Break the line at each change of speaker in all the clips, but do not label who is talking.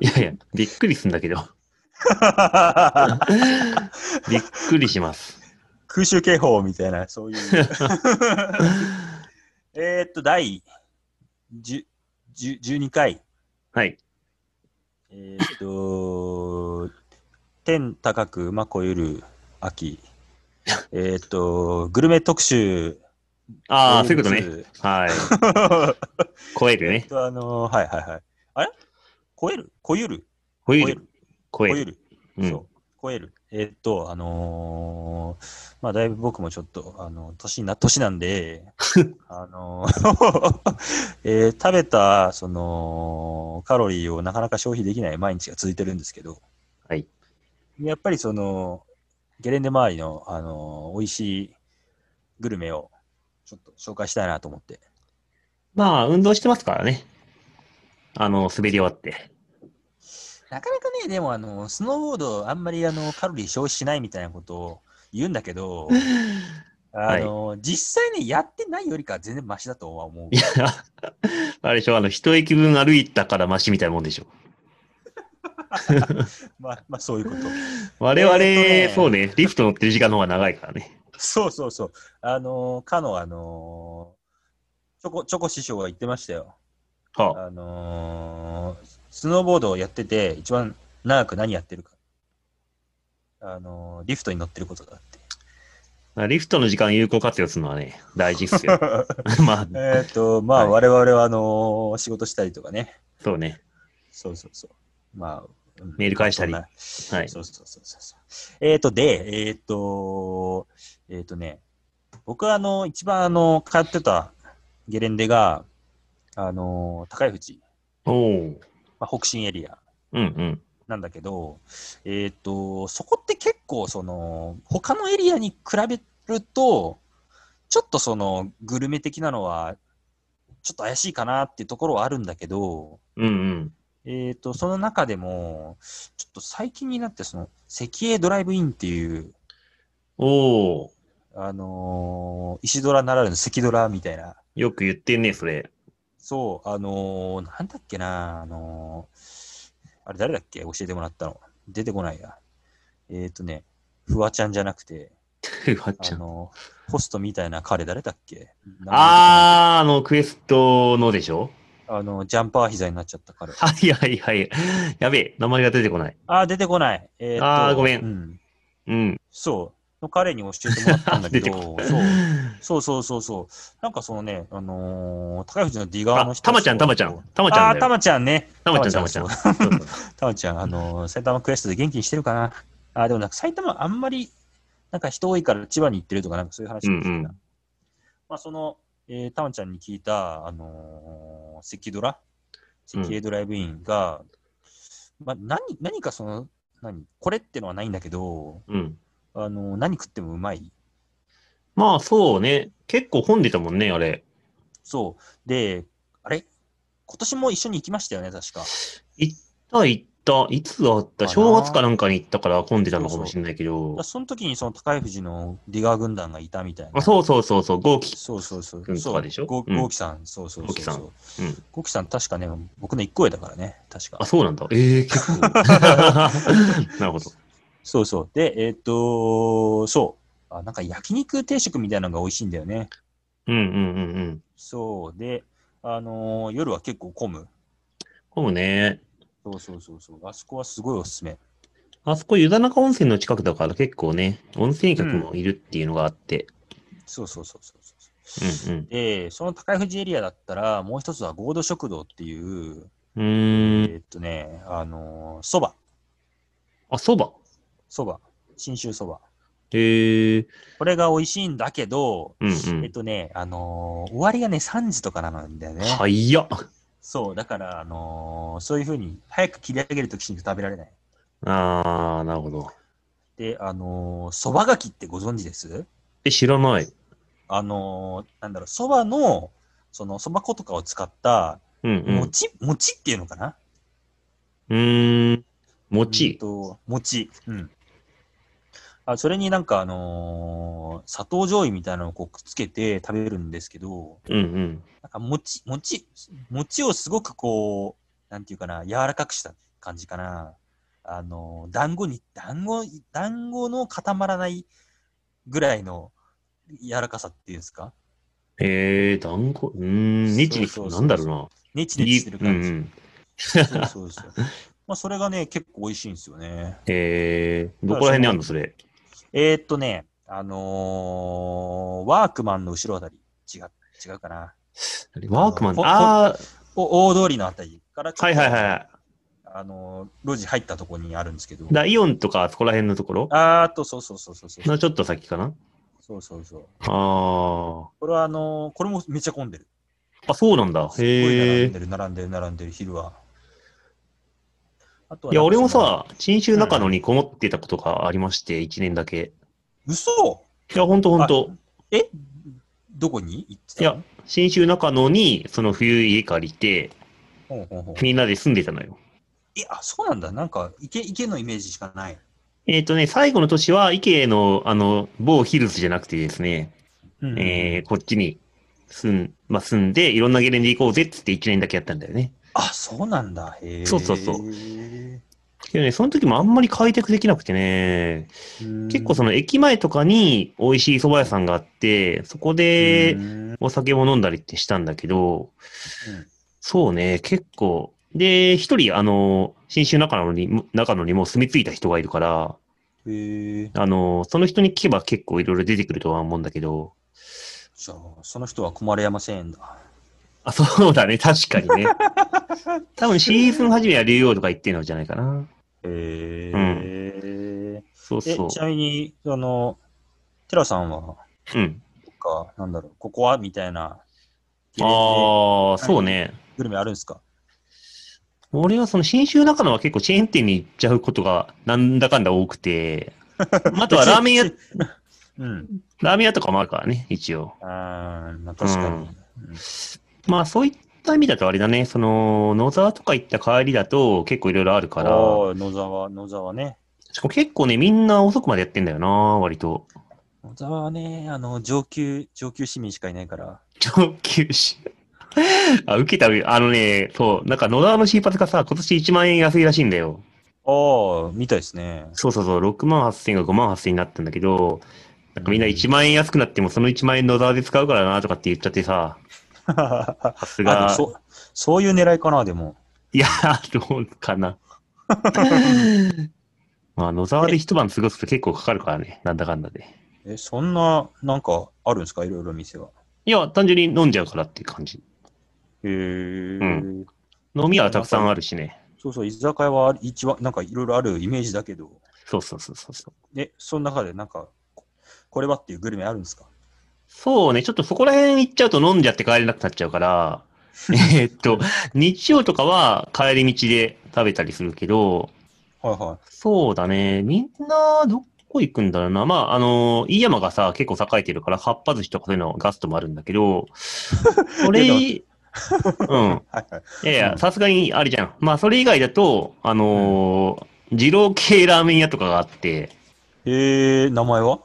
いやいや、びっくりするんだ けど。びっくりします。
空襲警報みたいな、 そういう。えーっと、第10 10 12回。
はい。
えーっと、天高く馬こゆる秋。えーっと、グルメ特集。
ああ、そういうことね。
ね。
はい。 超えるね。
あのーはいはいはい。あれ超える超える
超え
超え
る。
る
超え
超え
る。
る
うん
そう、超える。えーっと、あのーまあ、だいぶ僕もちょっと、あの、年な、年なんで、 あのー えー食べた、その、カロリーをなかなか消費できない毎日が続いてるんですけど、
はい。
やっぱりその、ゲレンデ周りの、あのー美味しいグルメを、ちょっと紹介したいなと思って。
まあ、運動してますからね。あの、滑り終わって。
なかなかね、でも、あの、スノーボード、あんまり、あの、カロリー消費しないみたいなことを言うんだけ ど、あの、実際ね、やってないよりかは全然マシだとは思う
い。や、あれでしょ、あの、一駅分歩いたからマシみたいなもんでしょ。
まあ、まあ、そういうこと。
我々、
えーとね
そうね、リフト乗ってる時間の方が長いからね。
そうそうそう。あの、かの、あの、チョコ、チョコ師匠が言ってましたよ。
はあ、
あのスノーボードをやってて、一番長く何やってるか。あの、リフトに乗ってることだ って。
まあリフトの時間有効活用するのはね、大事っす よ。まあ、
えっと、まあ、
は
我々は、あの仕事したりとかね。
そうね。
そうそうそう。まあ、うん
メール返したり
まあそんな
はい
そうそうそうそうそう。えっ、と、で、えっ、と、えっ、とね、僕はあの、一番あの、通ってたゲレンデが、あの、高い淵、
おお。
まあ、北進エリア
うんうん。
なんだけど、えっ、と、そこって結構その、他のエリアに比べると、ちょっとその、グルメ的なのは、ちょっと怪しいかなっていうところはあるんだけど、
うんうん。
えー、と、その中でも、ちょっと最近になって、その、石英ドライブインっていう、
おお。
あのー石ドラならぬ石ドラみたいな、
よく言ってんね、それ。
そう、あのーなんだっけな、あのーあれ誰だっけ教えてもらったの。出てこないや。えっ、ー、とね、フワちゃんじゃなくて、
ふわっち
あ
ゃん。
のーホストみたいな彼誰だっけあ
あー、あの、クエストのでしょ
あの、ジャンパー膝になっちゃった彼。
はいはいはい。やべえ、名前が出てこない。
あー、出てこない。えー、と
あーごめん
うん。
うん。
そう。の彼に教えてもらったんだけ
出て
ど、そう。そうそうそうそう。なんかそのね、あのー、高藤のディガーの
あ、
人
たまちゃん、たまちゃん。たまちゃん
あ
だ
あ
よ。
ー、たまちゃんね。
たまちゃん、たまちゃん。
たまそう
そうそう
たまちゃん、あのー、埼玉クエストで元気にしてるかな。あー、でもなんか埼玉あんまり、なんか人多いから千葉に行ってるとか、なんかそういう話を聞いた。
うんうん
まあ、その、えー、たまちゃんに聞いた、あのー、赤ドラ
うん
赤 A ドライブインが、まあ、何、何かその、何これってのはないんだけど、
うん。
あのー、何食ってもうまい。
まあ、そうね。結構本出たもんね、あれ。
そう。で、あれ今年も一緒に行きましたよね、確か。
あ、行った。いつだっ
か
た
な
正月かなんかに行ったから混んでたのかもしれないけど
だ。その時にその高い富士のディガー軍団がいたみたいな。
あそうそうそうそう、豪輝。
そうそうそう。
軍とかでしょ
そう
うん
ゴゴキさん、そうそうそうそう。
ゴキさんうん。
ゴキさん、確かね、僕の一個上だからね、確か
あ、。そうなんだ。ええ結構。 なるほど。
そうそう。で、えーっと、そう。あ、なんか焼肉定食みたいなのが美味しいんだよね。
うんうんうんうん。
そう。で、あのー夜は結構混む。
ほぼね。
そうそうそうそう。あそこはすごいおすすめ。
あそこ湯田中温泉の近くだから結構ね、温泉客もいるっていうのがあって。
そうそうそうそうそう。
うんうん。
で、その高い富士エリアだったら、もう一つは合同食堂っていう、
うーん。
えーっとね、あのー、そば、
あ、そば。
そば、信州そば。
へえ。
これが美味しいんだけど、
うんう
えっ
ん。
とね、あのー終わりがね、3時とかなんだよね。
早っ。
そう、だから、あのーそういうふうに、早く切り上げるときしか食べられない。
あー、なるほど。
で、あのー、そばがきってご存知です
え、知らない。
あのーなんだろう、そばの、その、そば粉とかを使った、
うんうん。う
餅、餅っていうのかな
ーん。
うん
餅。
と、餅。うん。あそれになんかあのー砂糖醤油みたいなのをこうくっつけて食べるんですけど、
うんうん。
なんか餅、餅、餅をすごくこう、なんていうかな、柔らかくした感じかな。あのー、団子に、団子、団子の固まらないぐらいの柔らかさっていうんですか
えー、団子、うーん、ニチニチ
そうそうそう
なんだろうな。
ねちねちしてる
うん
感
う
じ。
ん。
そうそう そう。まあ、それがね、結構美味しいんですよね。
えー、どこら辺にあるのそれ。
えー、っとね、あのー、ワークマンの後ろあたり、違う、違うかな。
ワークマン、
ほほ
あー、
お大通りのあたりから、
はいはいは
あのー、路地入ったとこにあるんですけど
い。、だイオンとか、そこら辺のところ
あーっと、そうそうそうそうそう。
のちょっと先かな
そうそうそう。
あ
これはあのー、これもめっちゃ混んでる。
ー。あ、そうなんだ。
すっごい並ん
へえ
で。る、並んでる、並んでる、昼は。あとはいなんか
や、俺も
その、
さ、新州中野にこもってたことがありまして、1年だけ。
嘘
いや、ほんとほんと。
えどこに行ってた
いや、新州中野に、その冬家借りて、
ほうほうほう
みんなで住んでたのよ。
え、あ、そうなんだ。なんか、池、池のイメージしかない。
えっ、とね、最後の年は、池の、あの、某ヒルズじゃなくてですね、
うん
えー、こっちに住ん、まあ、住んで、いろんなゲレンデ行こうぜっつって1年だけやったんだよね。
あ、そうなんだ。へえ。
そうそうそう
結
けどね、その時もあんまり開拓できなくてね、結構その駅前とかに美味しい蕎麦屋さんがあって、そこで
うん
お酒も飲んだりってしたんだけど、そうね、結構。で、一人、あの、新州中野に、中野にもう住み着いた人がいるから、
へえ。
あの、その人に聞けば結構いろいろ出てくるとは思うんだけど、
じゃあ、その人は困れやませんだ。
あ、そうだね、確かに ね。多分シーズン初めは竜王とか言ってるのじゃないかな。
へ
う
え。
そう
え
そ、う
ち。なみに、あの、テラさんは、
うん。
どっか、なんだろう、ここはみたいな、
ああ、そうね。
グルメあるんですか
俺はその新州中野は結構チェーン店に行っちゃうことがなんだかんだ多く て、あとはラー メン屋、
うん。
ラーメン屋とかもあるからね、一応。
あーまあ、確かに。
まあそういった意味だとあれだね、その野沢とか行った帰りだと結構いろいろある
あ
から、
あ、野沢、野沢ね。
しかも結構ね、みんな遅くまでやってんだよな、割と。
野沢はね、あの、上級、上級市民しかいないから。
上級し。あ、受けた、あのね、そう、なんか野沢のシーパスがさ、今年1万円安いらしいんだよ。
ああ、みたいですね。
そうそうそう、6万8000円が5万8000円になったんだけど、なんかみんな1万円安くなってもその1万円野沢で使うからなとかって言っちゃってさ、さ す
あでも
が、
そうそういう狙いかな、でも。
いやー、どう かな。まあ、野沢で一晩過ごすと結構かかるからね、なんだかんだで。
え、そんな、なんか、あるんですかいろいろ店は。
いや、単純に飲んじゃうからっていう感じ。
へえ、
うん飲みはたくさんあるしね。
そうそう、居酒屋はあり一番、なんかいろいろあるイメージだけど、
そうそうそうそうそう。
え、その中で、なんか、ここれはっていうグルメあるんですか
そうね、ちょっとそこら辺行っちゃうと飲んじゃって帰れなくなっちゃう から、えーっと、日曜とかは帰り道で食べたりするけど、
はいは
そうだね、みんなどこ行くんだろうな。まあ、あの、飯山がさ、結構栄えてるから、かっぱ寿司とかそういうのガストもあるんだけど、 それ、うん。
い。はいはい。
いやいうや、
ん
さすがにあれじゃん。まあ、それ以外だと、あのー二郎系ラーメン屋とかがあって、
へえ、名前は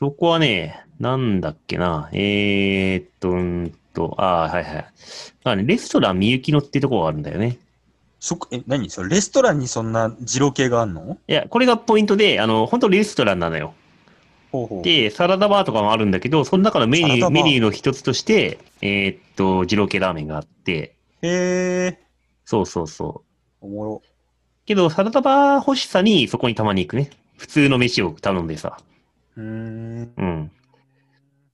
そこはね、なんだっけな、えー、っと、うーんと、ああ、はいはい。まあね、レストランみゆきのってとこがあるんだよね。
そこえ、何それ、レストランにそんな二郎系があんの
いや、これがポイントで、あの、本当レストランなのよ。
ほうほう。
で、サラダバーとかもあるんだけど、その中のメ
サラ
ニュ
ダバ
ー
ー
メニューの一つとして、えー、っと、二郎系ラーメンがあって、
へえ、
そうそうそう。
おもろ。
けど、サラダバー欲しさに、そこにたまに行くね。普通の飯を頼んでさ。
うーん。
うん。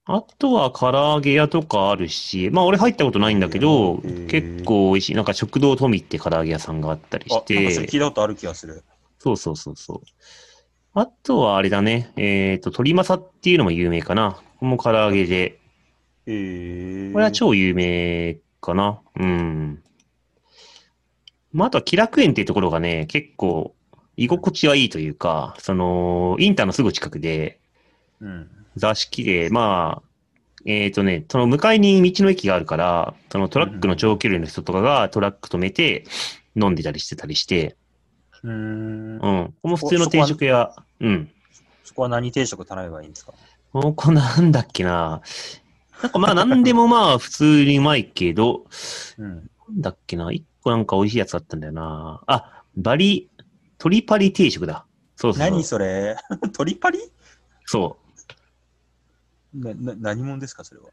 あとは唐揚げ屋とかあるし、まあ俺入ったことないんだけど
へー、
結構美味しい。なんか食堂富って唐揚げ屋さんがあったり
あ、な
し
んかそれ聞
て、
いたことある気がする。
そうそうそうそう。あとはあれだね、えっ、と、鳥政っていうのも有名かな。ここも唐揚げで。
へえ。
これは超有名かな。うん。まあ、あとは気楽園っていうところがね、結構居心地はいいというか、その、インターのすぐ近くで、
うん。
座敷で、まあ、えっ、とね、その向かいに道の駅があるから、そのトラックの長距離の人とかがトラック止めて飲んでたりしてたりして、
うーん
う。ん。ここも普通の定食屋、うん。
そこは何定食頼めばいいんですか
ここなんだっけな。なんかまあ何でもまあ普 通にうまいけど、
うん。
なんだっけな。一個なんか美味しいやつあったんだよな。あ、バリ、鶏パリ定食だ。そうそうそう。
何それ 鳥パリ
そう。
な、な、何者ですかそれは。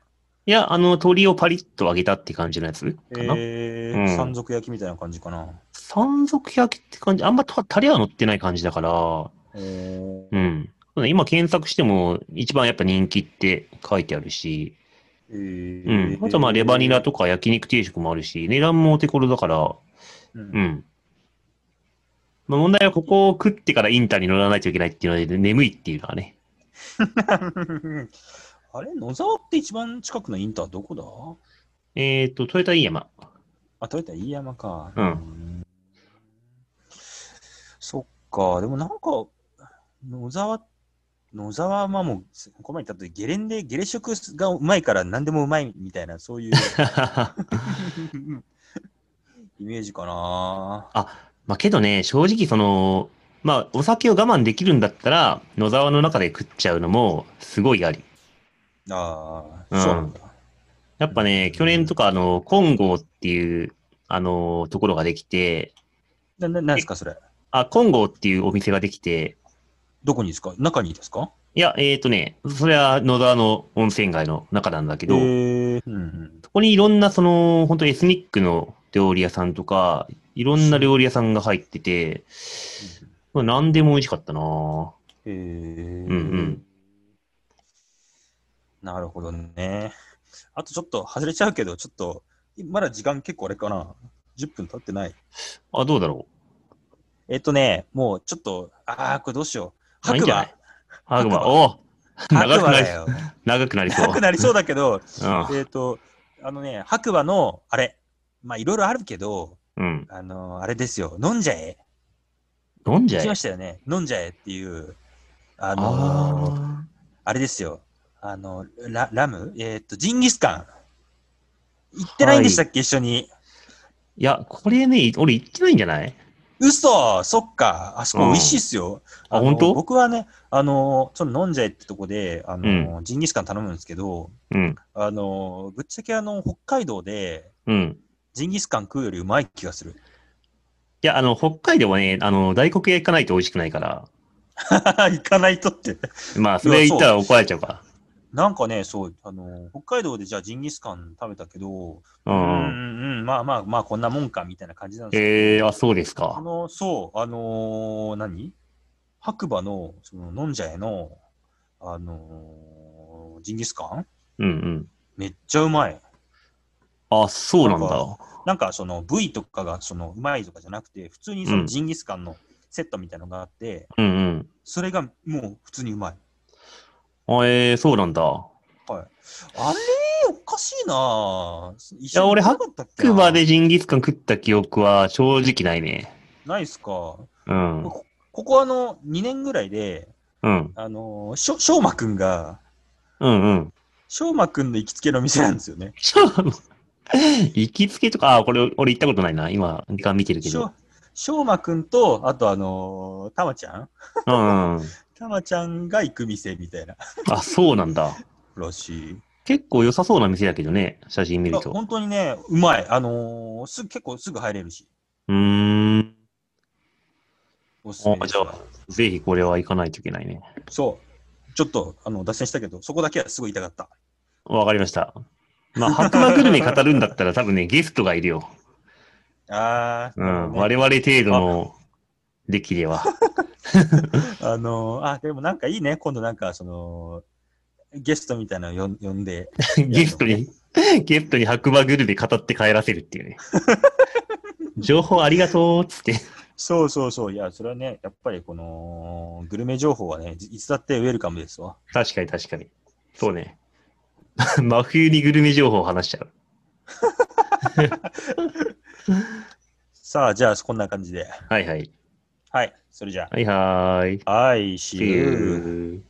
いや、あの、鶏をパリッと揚げたって感じのやつかな。
え
う
ー、
ん
山賊焼きみたいな感じかな。
山賊焼きって感じ。あんまたタレは乗ってない感じだから、
えー
うん。そうね今検索しても一番やっぱ人気って書いてあるし、
えー
うん。あとまあレバニラとか焼肉定食もあるし、値段もお手頃だから、
う。
うんん。まあ、問題はここを食ってからインターに乗らないといけないっていうので、眠いっていうのはね。
あれ野沢って一番近くのインターどこだ
えっ、と、トヨタインヤマ。
あ、取れた飯山か。
うん
ん。そっか、でもなんか、野沢、野沢まもう、この前言ったとゲレンデ、ゲレ食がうまいから何でもうまいみたいな、そういう イメージかな。
まあけどね、正直その、まあお酒を我慢できるんだったら、野沢の中で食っちゃうのもすごいあり。
あ
う
あ、
ん
そうなんだ。
やっぱね、去年とかあの、金剛っていう、あの、ところができて、
な、な、なんですか、それ。
あ、金剛っていうお店ができて、
どこにですか中にですか
いや、えっ、とね、それは野沢の温泉街の中なんだけど、
えー、うんうん。
そこにいろんなその、本当エスニックの料理屋さんとか、いろんな料理屋さんが入ってて、まあ何でも美味しかったなぁ
えー、
うんうん
なるほどね。あとちょっと外れちゃうけど、ちょっと、まだ時間結構あれかな。10分経ってない。
あ、どうだろ
えっとね、もうちょっと、ああ、これどうしよう。
うまあいい
白
んじゃな
馬
い。ハグマ、おう
白
長く
馬
なり
だ、よ。
長くなりそう。
長くなりそうだけ ど、
う
えっと、あのね、白馬の、あれ、まあいろいろあるけど、
ん。
あのあれですよ、飲んじゃえ。
うん。飲んじゃ
聞
え
きま。したよね。飲んじゃえっていう、あのー
あ
あれですよ。あの、ララムえーっと、ジンギスカン。行ってないんでしたっけ、一緒に。
ーいや、これね、俺行ってないんじゃない
嘘そっか。あそこ美味しいっすよ。
うんあ
の
本当
僕はね、あの、その飲んじゃえってとこで、あの、ジンギスカン頼むんですけど、
うん。
あの、ぶっちゃけあの、北海道で
うん。
ジンギスカン食うよりうまい気がする。
いや、あの、北海道はね、あの、大黒屋行かないと美味しくないから、
行かないとって。
まあ、それ行ったら怒られちゃうか
なんかね、そう、あの、北海道でじゃあジンギスカン食べたけど、
ら。う
うん
ん。うん
うんうん、まあまあまあ、こんなもんか、みたいな感じなんですけど。
えー、あ、そうです
あ
か。
の、そう、あのー何白馬の、その、飲んじゃえの、あのージンギスカン
うんうん。
めっちゃうまい。
あ、そうなん
なん
だ。
なんか、その、部位とかが、その、うまいとかじゃなくて、普通にそうの
ん
ジンギスカンのセットみたいなのがあって、
うんうん。
それがもう普通にうまい。
あえー、そうなんだ。
はい。あれ、おかしいなぁ。い
や俺白馬で
で。
ジンギスカン食った記憶は正直ないね。
ないっすか。
うん。
こここあの、2年ぐらいで、
うん。
あのー、しょ、しょうまくんが、
うんうん。
しょうまくんの行きつけの店なんですよね。
ちょ、行きつけとか、あ、これ俺行ったことないな。今、時間見てるけ
しょ
ど。
しょうまくんと、あとあのーたまちゃん
うん、うん。
たまちゃんが行く店みたいな。
あ、そうなんだ。
らしい。
結構良さそうな店だけどね。写真見
いや
ると。
本当にね、うまい。あのーすぐ、結構すぐ入れるし。
うーん。
おすすめです
あじゃぜひこれは行かないといけないね。
そう。ちょっと、あの、脱線したけど、そこだけはすごい痛かった。
わかりました。まあ、白馬グルメ語るんだっ たら多分ね、ゲストがいるよ。
あー、
う
なる
ん。
ほどね
我々程度の出来で は。
あのーあ、でもなんかいいね。今度なんか、その、ゲストみたいなのよん呼んで。
ゲストに、ゲストに白馬グルメ語って帰らせるって いうね。情報ありがとうっつって。
そうそうそう。いや、それはね、やっぱりこの、グルメ情報はね、いつだってウェルカムですわ。
確かに確かに。そうね。 真冬にグルメ情報を話しちゃう。
さあ、じゃあ、こんな感じで。
はいはい。
はい。それじゃあ。
はいはーい。
はい、
っ
see
て
you.
いう